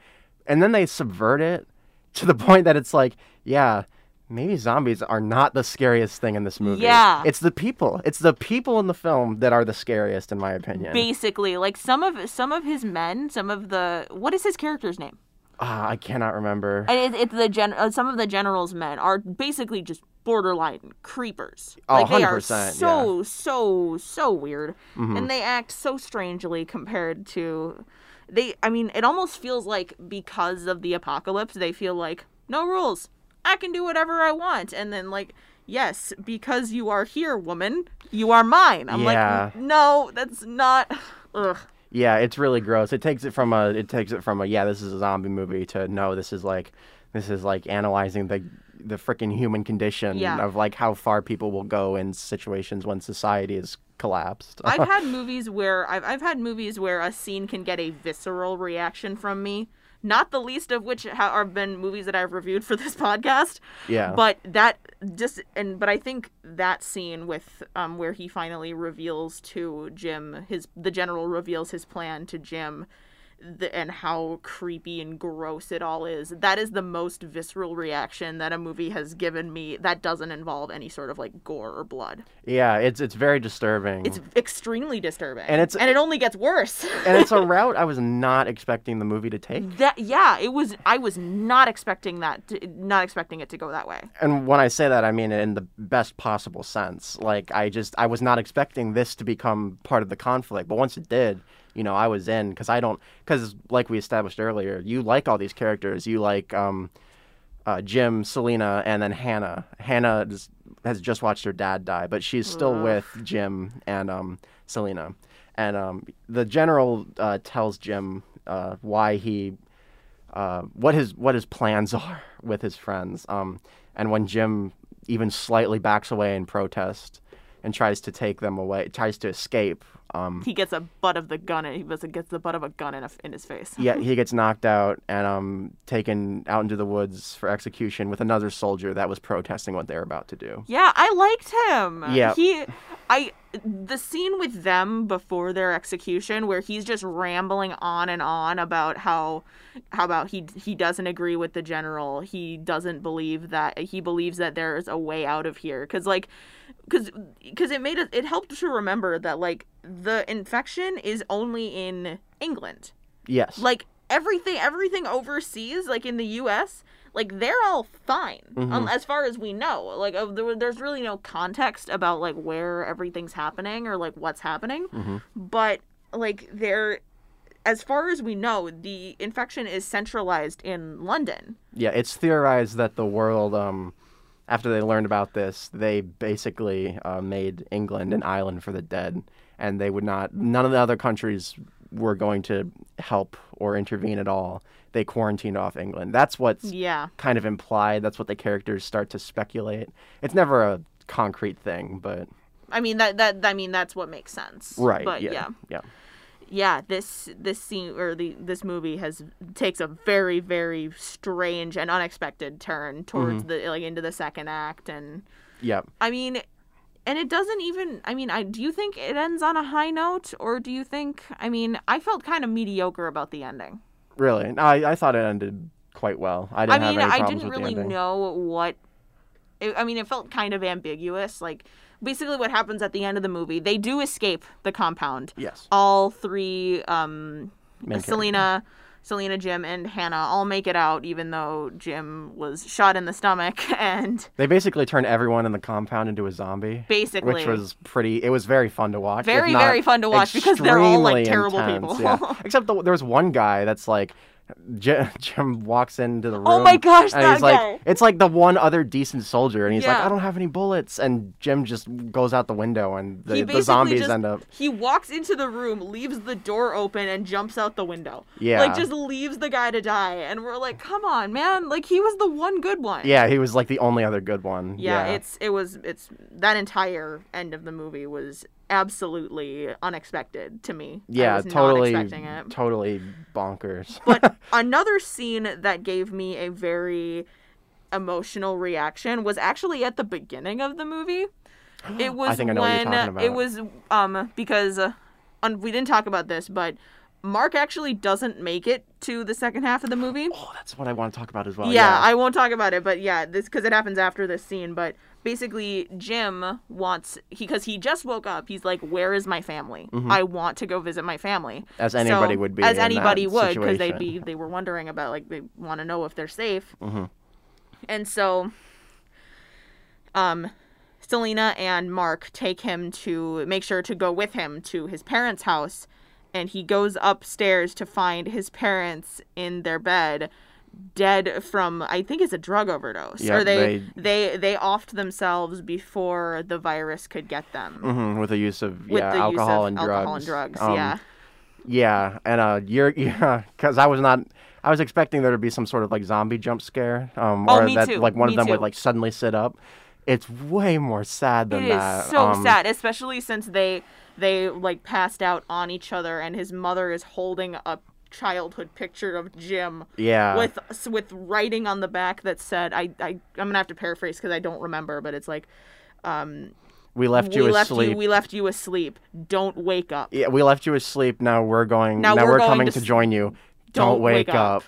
and then they subvert it to the [laughs] point that it's like, yeah, maybe zombies are not the scariest thing in this movie.
Yeah.
It's the people. It's the people in the film that are the scariest, in my opinion.
Basically, like some of some of his men, some of the what is his character's name?
Ah, I cannot remember.
And it, it's the gen. Uh, some of the general's men are basically just borderline creepers.
Oh,
like they are
100%,
so so so weird,
Mm-hmm.
and they act so strangely compared to they. I mean, it almost feels like because of the apocalypse, they feel like no rules. I can do whatever I want, and then like. Yes, because you are here, woman. You are mine. I'm
Yeah.
like, no, that's not. Ugh.
Yeah, it's really gross. It takes it from a it takes it from a yeah, this is a zombie movie to no, this is like this is like analyzing the the freaking human condition
Yeah.
of like how far people will go in situations when society is collapsed.
I've had movies where I've I've had movies where a scene can get a visceral reaction from me. Not the least of which ha- have been movies that I've reviewed for this [laughs] podcast.
yeah.
But that just and but I think that scene with um where he finally reveals to Jim his the general reveals his plan to Jim the, and how creepy and gross it all is. That is the most visceral reaction that a movie has given me that doesn't involve any sort of like gore or blood.
yeah, it's it's very disturbing.
It's extremely disturbing.
Mm. And it's-
and it only gets worse. [laughs]
and it's a route I was not expecting the movie to take.
that yeah, it was I was not expecting that to, not expecting it to go that way.
And when I say that, I mean it in the best possible sense. Like I just I was not expecting this to become part of the conflict, but once it did, you know, I was in because I don't because like we established earlier, you like all these characters. You like um, uh, Jim, Selena, and then Hannah. Hannah is- has just watched her dad die, but she's still with Jim and um, Selena. And um, the general uh, tells Jim uh, why he uh, what his what his plans [laughs] are with his friends. Um, and when Jim even slightly backs away in protest and tries to take them away, tries to escape,
[laughs]
um,
He gets a butt of the gun and he was gets the butt of a gun in, a, in his face.
yeah, he gets knocked out and um, taken out into the woods for execution with another soldier that was protesting what they were about to do.
Yeah, I liked him.
Yeah.
He I the scene with them before their execution where he's just rambling on and on about how how about he he doesn't agree with the general. He doesn't believe that he believes that there's a way out of here cuz like cuz cuz it made us it helped to remember that like the infection is only in England
Yes.
like everything everything overseas like in the us like they're all fine
Mm-hmm.
um, as far as we know like of there, there's really no context about like where everything's happening or like what's happening
Mm-hmm.
but like they're as far as we know the infection is centralized in london
Yeah, it's theorized that the world, um, after they learned about this, they basically uh, made England an island for the dead, and they would not. None of the other countries were going to help or intervene at all. They quarantined off England. That's what's
yeah
kind of implied. That's what the characters start to speculate. It's never a concrete thing, but
i mean that that i mean that's what makes sense
right.
but
yeah,
yeah
yeah.
yeah, this this scene or the this movie has takes a very very strange and unexpected turn
Mm-hmm.
towards the like into the second act, and
yeah.
I mean, and it doesn't even. I mean, I do you think it ends on a high note, or do you think? I mean, I felt kind of mediocre about the ending.
Really, No, I, I thought it ended quite well. I didn't
I mean,
have any
I
problems
didn't
with the
really
ending.
know what. It, I mean, it felt kind of ambiguous. Like basically, what happens at the end of the movie, they do escape the compound.
Yes.
All three um,
Main
Selena, Selena, Jim, and Hannah all make it out, even though Jim was shot in the stomach [laughs] and
They basically turn everyone in the compound into a zombie.
basically
which was pretty. It was very fun to watch. if
Very,
not
very fun to watch because they're all, like,
extremely
terrible
intense,
people.
yeah.
[laughs]
Except the, there was one guy that's like. Jim, [laughs] Jim walks into the room.
Oh my gosh,
And
that
he's like,
guy.
it's like the one other decent soldier, and he's like,
Yeah.
I don't have any bullets, and Jim just goes out the window, and
he
the,
basically
the zombies
just,
end up.
He walks into the room, leaves the door open, and jumps out the window.
Yeah.
like just leaves the guy to die, and we're like, come on, man! Like he was the one good one.
Yeah, he was like the only other good one.
yeah, it's it was it's that entire end of the movie was absolutely unexpected to me. I
yeah,
was not
totally,
expecting it.
totally bonkers.
but another scene that gave me a very emotional reaction was actually at the beginning of
[gasps]
the movie. It was
think I know what you're
when
talking about.
it was um because uh, un- we didn't talk about this, but Mark actually doesn't make it to the second half of the movie.
[laughs] [gasps]
[gasps]
Oh, that's what I want to talk about as well.
yeah, I won't talk about it, but yeah, this because it happens after this scene. But basically, Jim wants because he just woke up. He's like, "Where is my family? I want to go visit my family."
Mm-hmm. As
So-
anybody would be
As
in that
anybody would, because they'd be
situation. Mm-hmm.
they were wondering about like they want to know if they're safe. And so, um, Selena and Mark take him to make sure to go with him to his parents' house, and he goes upstairs to find his parents in their bed, dead from I think it's a drug overdose.
Yeah,
or they they they offed themselves before the virus could get them.
hmm with the use of
With
yeah
the
alcohol
use of
and
alcohol
drugs.
and drugs,
Um,
yeah.
Yeah, and uh, you're [laughs] yeah, because I was not. I was expecting there to be some sort of like zombie jump scare, um,
Oh,
or
me
that
too,
like one
me
of them would
too.
like suddenly sit up. It's way more sad than
It
that.
is so
um,
sad, especially since they they like passed out on each other, and his mother is holding a childhood picture of Jim
Yeah,
with s- with writing on the back that said, "I I I'm gonna have to paraphrase because I don't remember, but it's like."
we left
we
you
left
asleep.
you. We left you asleep. Don't wake up.
yeah, we left you asleep. Now we're going.
Now
Now,
we're
we're,
going
coming
to
to,
s-
join you.
Don't wake up.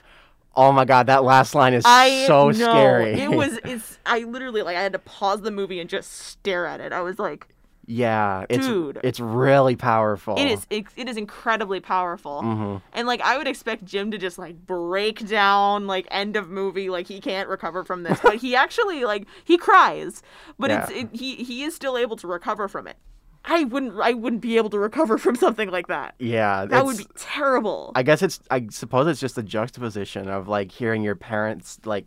Oh my god, that last line is
I
so
know.
scary.
It was. It's. I literally like. I had to pause the movie and just stare at it. I was like,
[laughs] yeah, it's
Dude.
it's really powerful.
It is it, it is incredibly powerful.
Mm-hmm.
And like I would expect Jim to just like break down like end of movie like he can't recover from this, but he [laughs] actually like he cries, but it's it, he he is still able to recover from it. I wouldn't I wouldn't be able to recover from [laughs] something like that.
Yeah,
That
it's-
would be terrible.
I guess it's. I suppose it's just the juxtaposition of like hearing your parents like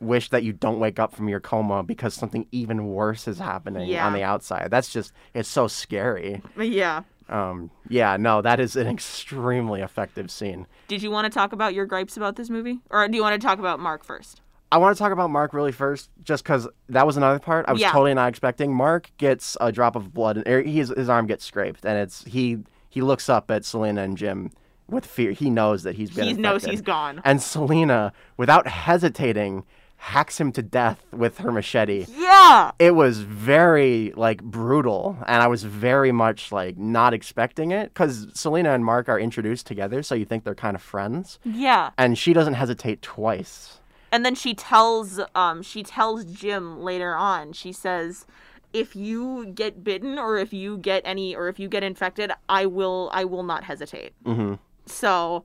wish that you don't wake up from your coma because something even worse is happening
Yeah.
on the outside. That's just. It's so scary.
yeah.
Um. Yeah. No, that is an [laughs] extremely effective scene.
Did you want to talk about your gripes about this movie, or do you want to talk about Mark first?
I want to talk about Mark really first, just because that was another part I was
Yeah.
totally not expecting. Mark gets a drop of blood, and his his arm gets scraped, and it's he he looks up at Selena and Jim with fear. He knows that he's been.
He knows he's
infected.
gone.
And Selena, without hesitating, hacks him to death with her machete.
Yeah.
It was very like brutal, and I was very much like not expecting it because Selena and Mark are introduced together, so you think they're kind of friends,
Yeah.
and she doesn't hesitate twice.
And then she tells um she tells Jim later on. She says, "If you get bitten or if you get any or if you get infected, I will I will not hesitate." Mm-hmm. So,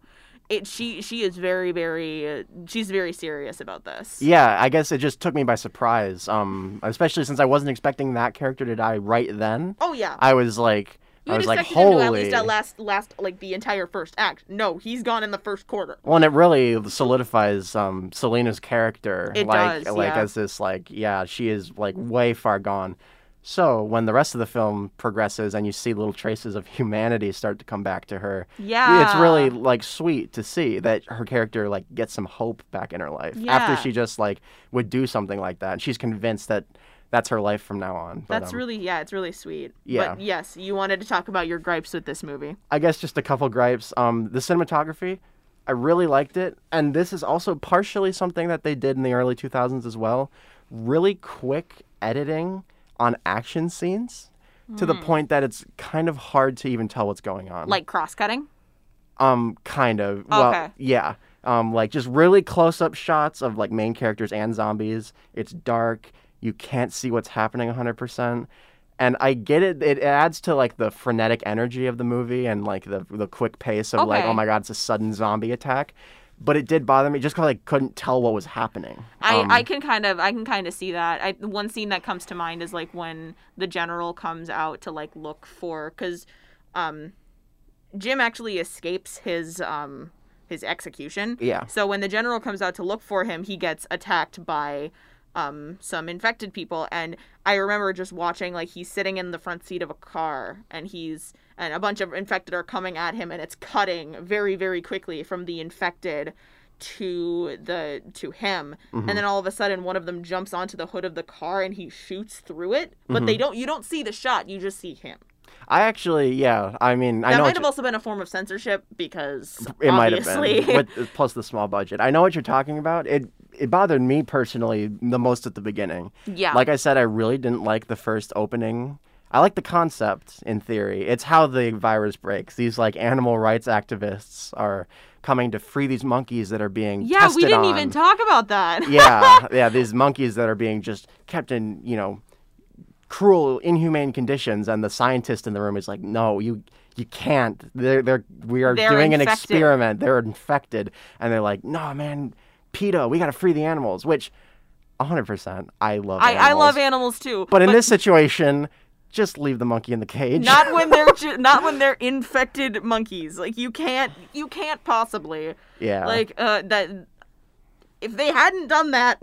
it she she is very very she's very serious about this.
Yeah, I guess it just took me by surprise. Um, especially since I wasn't expecting that character to die right then.
Oh yeah.
I was like,
you
I
would
was like,
expect him to at
holy.
least at last last like the entire first act. No, he's gone in the first quarter.
Well, and it really solidifies um, Selena's character,
It
like
does,
like
yeah.
as this like yeah, she is like way far gone. So when the rest of the film progresses and you see little traces of [laughs] humanity start to come back to her, it's
Yeah.
really like sweet to see that her character like gets some hope back in her life
Yeah.
after she just like would do something like that. And she's convinced that that's her life from now on. But,
That's
um,
really yeah, it's really sweet.
yeah. Mm.
But yes, you wanted to talk about your gripes with this movie.
I guess just a couple gripes. Um, the cinematography, I really liked it, and this is also partially something that they did in the early 2000s as well. Really quick editing on action scenes to the point that it's kind of hard to even tell what's going on.
Like cross-cutting?
Um, kind of. Well,
Okay.
yeah. Um, like just really close-up shots of like main characters and zombies. It's dark. You can't see what's happening 100%. And I get it. It adds to like the frenetic energy of the movie and like the the quick pace of like,
Okay.
oh my god, it's a sudden zombie attack. But it did bother me just because I couldn't tell what was happening.
I, I can kind of I can kind of see that. I one scene that comes to mind is like when the general comes out to like look for cuz um Jim actually escapes his um his execution.
Yeah.
So when the general comes out to look for him, he gets attacked by um some infected people and I remember just watching like he's sitting in the front seat of a car and he's and a bunch of infected are coming at him and it's cutting very very quickly from the infected to the to him and then all of a sudden one of them jumps onto the hood of the car and he shoots through it but they don't you don't see the shot you just see him
I actually, yeah. I mean, I
that
know
might
it's-
have also been a form of censorship because
It might have
obviously [laughs]
been with, plus the small budget. I know what you're talking about. It it bothered me personally the most at the beginning.
Yeah.
Like I said, I really didn't like the first opening I like the concept in theory. It's how the virus breaks. These like animal rights activists are coming to free these monkeys that are being
Yeah, we
tested
didn't
on.
even talk about that.
yeah, yeah, these monkeys that are being just kept in, you know, cruel, inhumane conditions, and the scientist in the room is like, "No, you, you can't. They're, they're, we are
They're
doing an
infected.
experiment. They're infected." And they're like, "No, man, PETA, we got to free the animals." Which, hundred percent, I love.
[laughs] I, I love
it.
animals too.
But in this situation, just leave the monkey in the cage.
[laughs] not when they're ju- not when they're infected monkeys. Like you can't you can't possibly
[laughs] yeah,
like uh that if they hadn't done that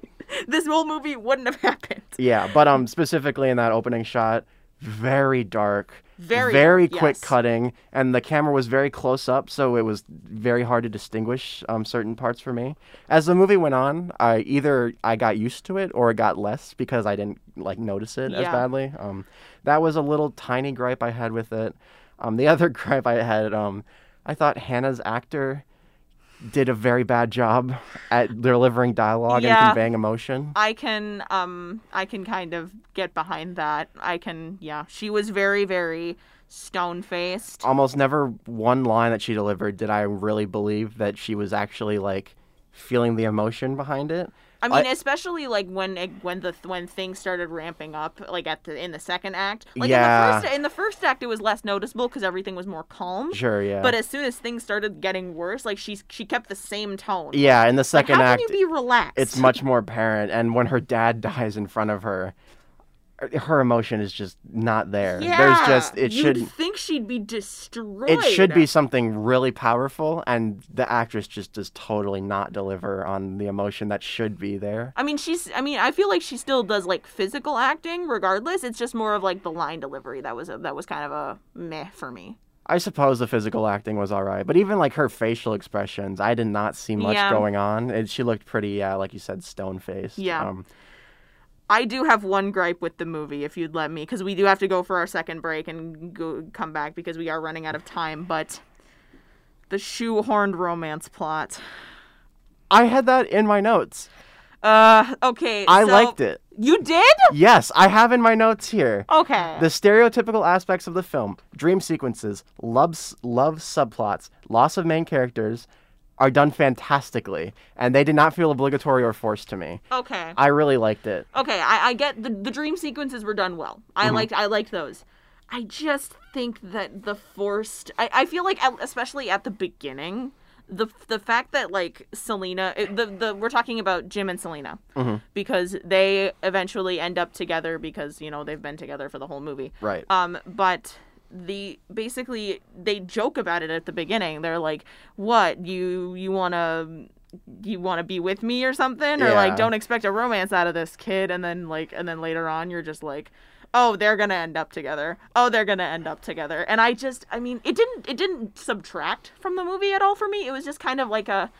[laughs] this whole movie wouldn't have [laughs] happened.
[laughs] yeah. But um, specifically in that opening shot, very dark.
Very,
quick
yes.
cutting, and the camera was very close up, so it was very hard to distinguish um, certain parts for me. As the movie went on, I either I got used to it or it got less because I didn't like notice it as
Yeah.
badly. Um, that was a little tiny gripe I had with it. Um, the [laughs] other gripe I had, um, I thought Hannah's actor did a very bad job at delivering dialogue
Yeah.
and conveying emotion.
I can um I can kind of get behind that. I can yeah. She was very very stone faced.
almost never one line that she delivered did I really believe that she was actually like feeling the emotion behind it.
I mean, especially like when it, when the when things started ramping up, like at the in the second act. Like
Yeah.
in the first in the first act, it was less noticeable because everything was more calm.
Sure, yeah.
But as soon as things started getting worse, like she she kept the same tone.
yeah, in the
Like,
second
how
act,
can you be relaxed?
it's much more apparent. And when her dad [laughs] dies in front of her, uh, her emotion is just not there.
yeah.
There's just it
You'd
should
think she'd be destroyed.
it should be something really powerful, and the actress just does totally not deliver on the emotion that should be there.
I mean, she's. I mean, I feel like she still does like physical acting. Regardless, it's just more of like the line delivery that was a, that was kind of a meh for me.
I suppose the physical acting was all right, but even like her facial expressions, I did not see much
Yeah.
going on. And she looked pretty, yeah, like you said, stone faced.
Yeah.
Um,
I do have one gripe with the movie, if you'd let me, because we do have to go for our second break and go, come back because we are running out of time. But the shoehorned romance plot.
I had that in my notes.
Uh, okay.
I
so-
liked it.
You did?
Yes, I have in my notes here.
Okay.
The stereotypical aspects of the film, dream sequences, love, s- love subplots, loss of main characters, are done fantastically, and they did not feel obligatory or forced to me.
okay.
I really liked it.
Okay. I, I get the the dream sequences were done well. I liked I liked those. I just think that the forced. I, I feel like at, especially at the beginning. The, the fact that like Selena it- the, the we're talking about Jim and Selena because they eventually end up together because you know they've been together for the whole movie
Right.
um, but the basically they joke about it at the beginning. They're like, "What you you wanna you wanna be with me or something?" Or
Yeah.
like, "Don't expect a romance out of this kid." And then like, and then later on, you're just like, "Oh, they're gonna end up together. Oh, they're gonna end up together." And I just, I mean, it didn't it didn't subtract from the movie at all for me. It was just kind of like a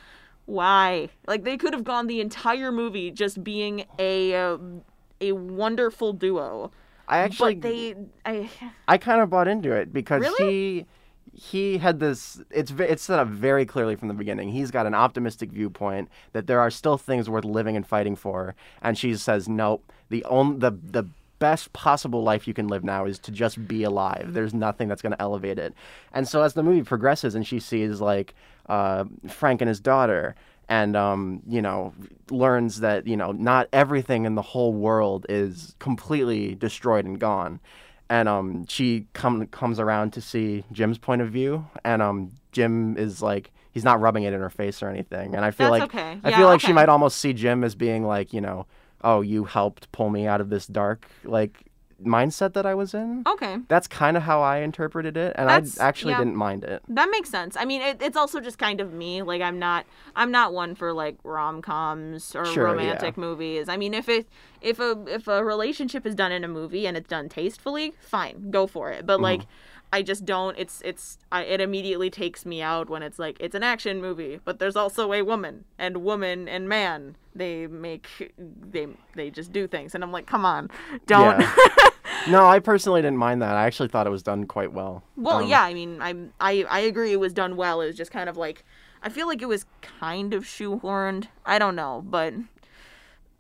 why like they could have gone the entire movie just being a um, a wonderful duo
I actually
but they i
I kind of bought into it because
Really?
he he had this it's ve- it's set up very clearly from the beginning. He's got an optimistic viewpoint that there are still things worth living and fighting for and she says nope. The only the the best possible life you can live now is to just be alive. There's nothing that's going to elevate it. And so as the movie progresses and she sees like uh, Frank and his daughter and um, you know learns that you know not everything in the whole world is completely destroyed and gone and um, she come, comes around to see Jim's point of view, and um, Jim is like he's not rubbing it in her face or anything, and I feel
That's
like
okay.
I
Yeah,
feel like she
okay.
might almost see Jim as being like you know, oh you helped pull me out of this dark like mindset that I was in.
Okay.
That's kind of how I interpreted it, and
Oh. That's-
I actually
yeah.
didn't mind it.
That makes sense. I mean, it, it's also just kind of me. Like, I'm not, I'm not one for like rom coms or
Sure,
romantic movies. I mean, if it, if a, if a relationship is done in a movie and it's done tastefully, fine, go for it. But like,
Mm-hmm.
I just don't. It's, it's, I, it immediately takes me out when it's like it's an action movie, but there's also a woman and woman and man. They make, they, they just do things, and I'm like, come on, don't.
Yeah.
[laughs]
no, I personally didn't mind that. I actually thought it was done quite well.
Well,
Um,
yeah, I mean, I'm I I agree it was done well. It was just kind of like I feel like it was kind of shoehorned. I don't know, but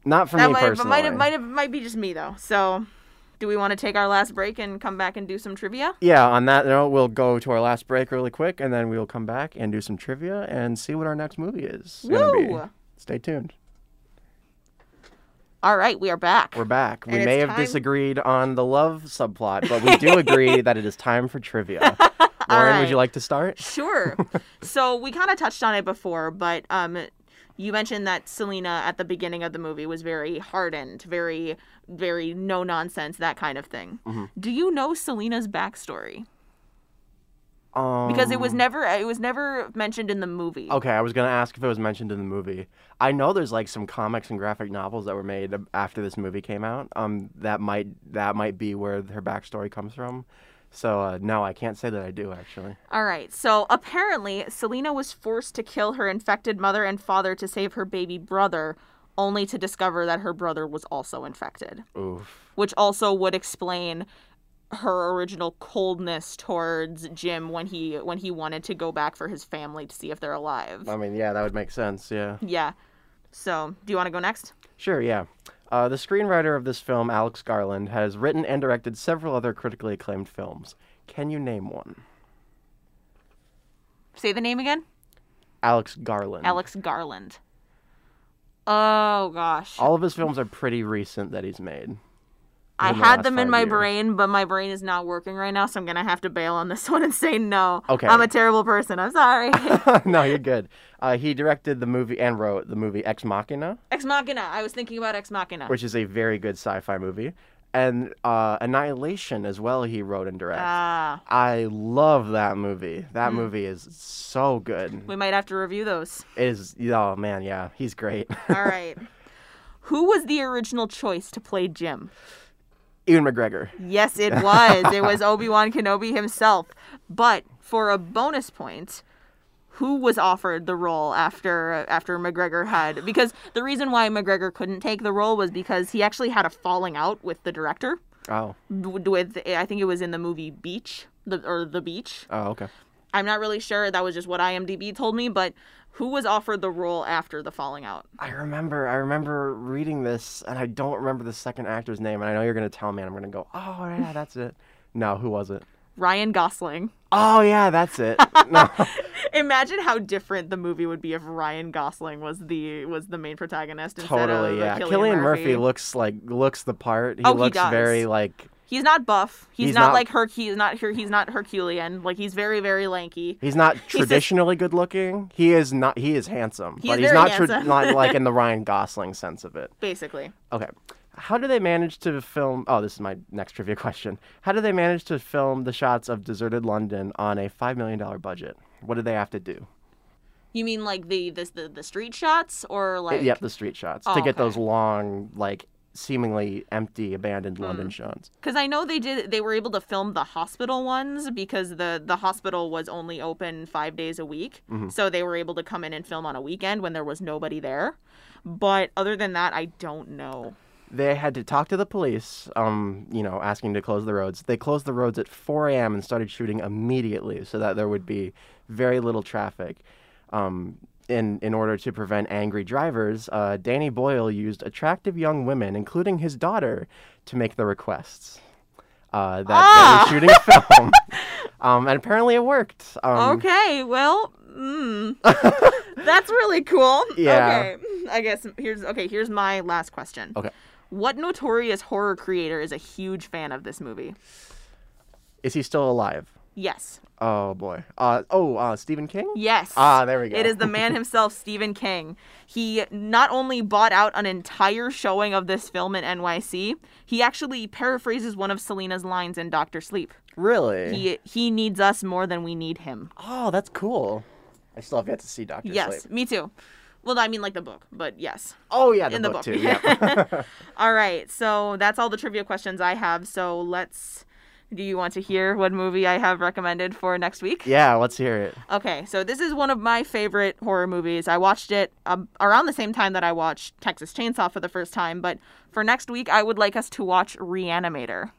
not for
that
me
might
personally.
might have might have might be just me though. So do we want to take our last break and come back and do some trivia?
Yeah, on that note, we'll go to our last break really quick, and then we'll come back and do some trivia and see what our next movie is. gonna be.
Woo!
Stay tuned.
All right, we are back.
We're back. we
And
may
it's
have
time-
disagreed on the love subplot, but we
[laughs]
do agree that it is time for trivia. Lauren, would
right.
you like to start? [laughs]
[laughs] Sure. so we kind of touched on it before, but um, you mentioned that Selena at the beginning of the movie was very hardened, very, very no nonsense, that kind of thing.
Mm-hmm.
Do you know Selena's backstory?
Um,
Because it was never, it was never mentioned in the movie.
Okay, I was gonna ask if it was mentioned in the movie. I know there's like some comics and graphic novels that were made after this movie came out. Um, that might that might be where her backstory comes from. So uh, no, I can't say that I do actually.
All right. So apparently, Selena was forced to kill her infected mother and father to save her baby brother, only to discover that her brother was also infected,
Oof.
which also would explain her original coldness towards Jim when he when he wanted to go back for his family to see if they're alive.
I mean, yeah, that would make sense. Yeah.
Yeah. So, do you want to go next?
Sure, yeah. Uh, the screenwriter of this film, Alex Garland, has written and directed several other critically acclaimed films. Can you name one?
Say the name again.
Alex Garland.
Alex Garland. Oh gosh.
All of his films are pretty recent that he's made.
I
in the
had
last
them in
five
my
years.
brain, but my brain is not working right now, so I'm gonna have to bail on this [laughs] one and say no.
Okay.
I'm a terrible person.
[laughs]
I'm sorry.
no, you're good. Uh, he directed the movie and wrote the movie Ex Machina,
Ex Machina. I was thinking about Ex Machina.
which is a very good sci-fi movie, and uh, Annihilation as well. He wrote and directed.
Ah,
I love that movie. That movie is so good.
we might have to
[laughs]
review those.
It is oh man, yeah, he's great. [laughs]
All right. Who was the original choice to play Jim?
Ewan McGregor. [laughs]
Yes, it was. it was Obi Wan Kenobi himself. But for a bonus point, who was offered the role after after McGregor had because the reason why McGregor couldn't take the role was because he actually had a falling out with the director.
Oh,
w- with eh, I think it was in the movie Beach the or the Beach.
oh, okay.
I'm not really sure. That was just what IMDb told me. But who was offered the role after the falling out?
I remember, I remember reading this, and I don't remember the second actor's name. And I know you're gonna tell me, and I'm gonna go, oh yeah, that's it. No, who was it?
Ryan Gosling. [laughs]
Oh yeah, that's it. No,
Imagine how different the movie would be if Ryan Gosling was the was the main protagonist instead of
totally.
uh,
Yeah,
Cillian
Killian
Murphy.
Murphy. looks like looks the part. He
Oh, he
looks
does.
very like
he's not buff. He's,
He's
not,
not-
like Herc. He's not here. He's not Herculean. Like he's very very lanky.
he's
[laughs]
not
just-
traditionally good looking. He is not. He is handsome,
He
but
is
he's
very
not
handsome.
not like
[laughs]
in the Ryan Gosling sense of it.
Basically,
Okay. How do they manage to film? Oh, this is my next trivia question. How do they manage to film the shots of deserted London on a five million dollar budget? What do they have to do?
you mean like the this the, the street shots or like
yep, the street shots
Oh,
to get
okay.
those long, like seemingly empty, abandoned
Mm.
London shots.
Because I know they did. They were able to film the hospital ones because the the hospital was only open five days a week,
Mm-hmm.
so they were able to come in and film on a weekend when there was nobody there. But other than that, I don't know.
They had to talk to the police, um, you know, asking to close the roads. They closed the roads at 4 a.m. and started shooting immediately so that there would be very little traffic. Um, in, in order to prevent angry drivers, uh, Danny Boyle used attractive young women, including his daughter, to make the requests uh, that they were shooting [laughs] a film. um, and apparently it worked. Um,
okay, well,
[laughs]
mm, that's really cool.
Yeah.
Okay, I guess here's okay. Here's my last question.
Okay.
What notorious horror creator is a huge fan of this movie?
Is he still alive?
Yes.
Oh boy. Uh oh, uh Stephen King?
Yes.
Ah, there we go.
It is
[laughs]
the man himself, Stephen King. He not only bought out an entire showing of this film in NYC, he actually paraphrases one of Selena's lines in Doctor Sleep.
Really?
He he needs us more than we need him.
Oh, that's cool. I still have yet to see Doctor
yes,
Sleep.
me too. Well, I mean like the book, but yes.
Oh yeah, the,
In the
book,
book. [laughs]
too. Yeah.
All right, so that's all the trivia questions I have. So let's. Do you want to hear what movie I have recommended for next week?
yeah, let's hear it.
Okay, so this is one of my favorite horror movies. I watched it um, around the same time that I watched Texas Chainsaw for the first time, but for next week, I would like us to watch Reanimator.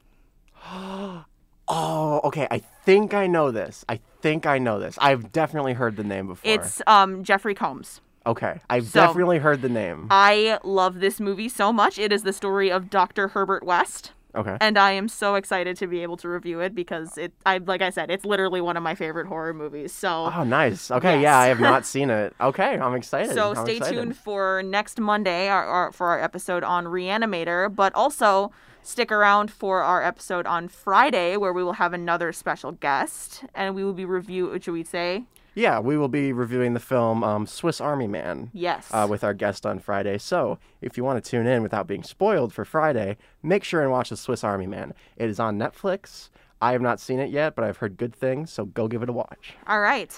Oh, okay. I think I know this. I think I know this. I've definitely heard the name before.
It's um, Jeffrey Combs.
okay. I've
So- Uh,
definitely heard the name.
I love this movie so much. It is the story of Dr. Herbert West.
Okay.
and I am so excited to be able to review it because it I like I said, it's literally one of my favorite horror movies. So
Oh, nice. Okay,
Yes.
yeah,
[laughs]
I have not seen it. Okay, I'm excited.
so
I'm
stay
excited.
tuned for next Monday our, our, for our episode on Reanimator, but also stick around for our episode on Friday where we will have another special guest and we will be review should we say?
Yeah, we will be reviewing the film um, Swiss Army Man
Yes.
uh, with our guest on Friday. So if you want to tune in without being spoiled for Friday, make sure and watch The Swiss Army Man. It is on Netflix. I have not seen it yet, but I've heard good things, so go give it a watch.
All right.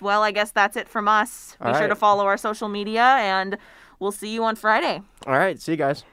Well, I guess that's it from us. Be
All
sure to
right.
follow our social media and we'll see you on Friday.
All right, see you guys.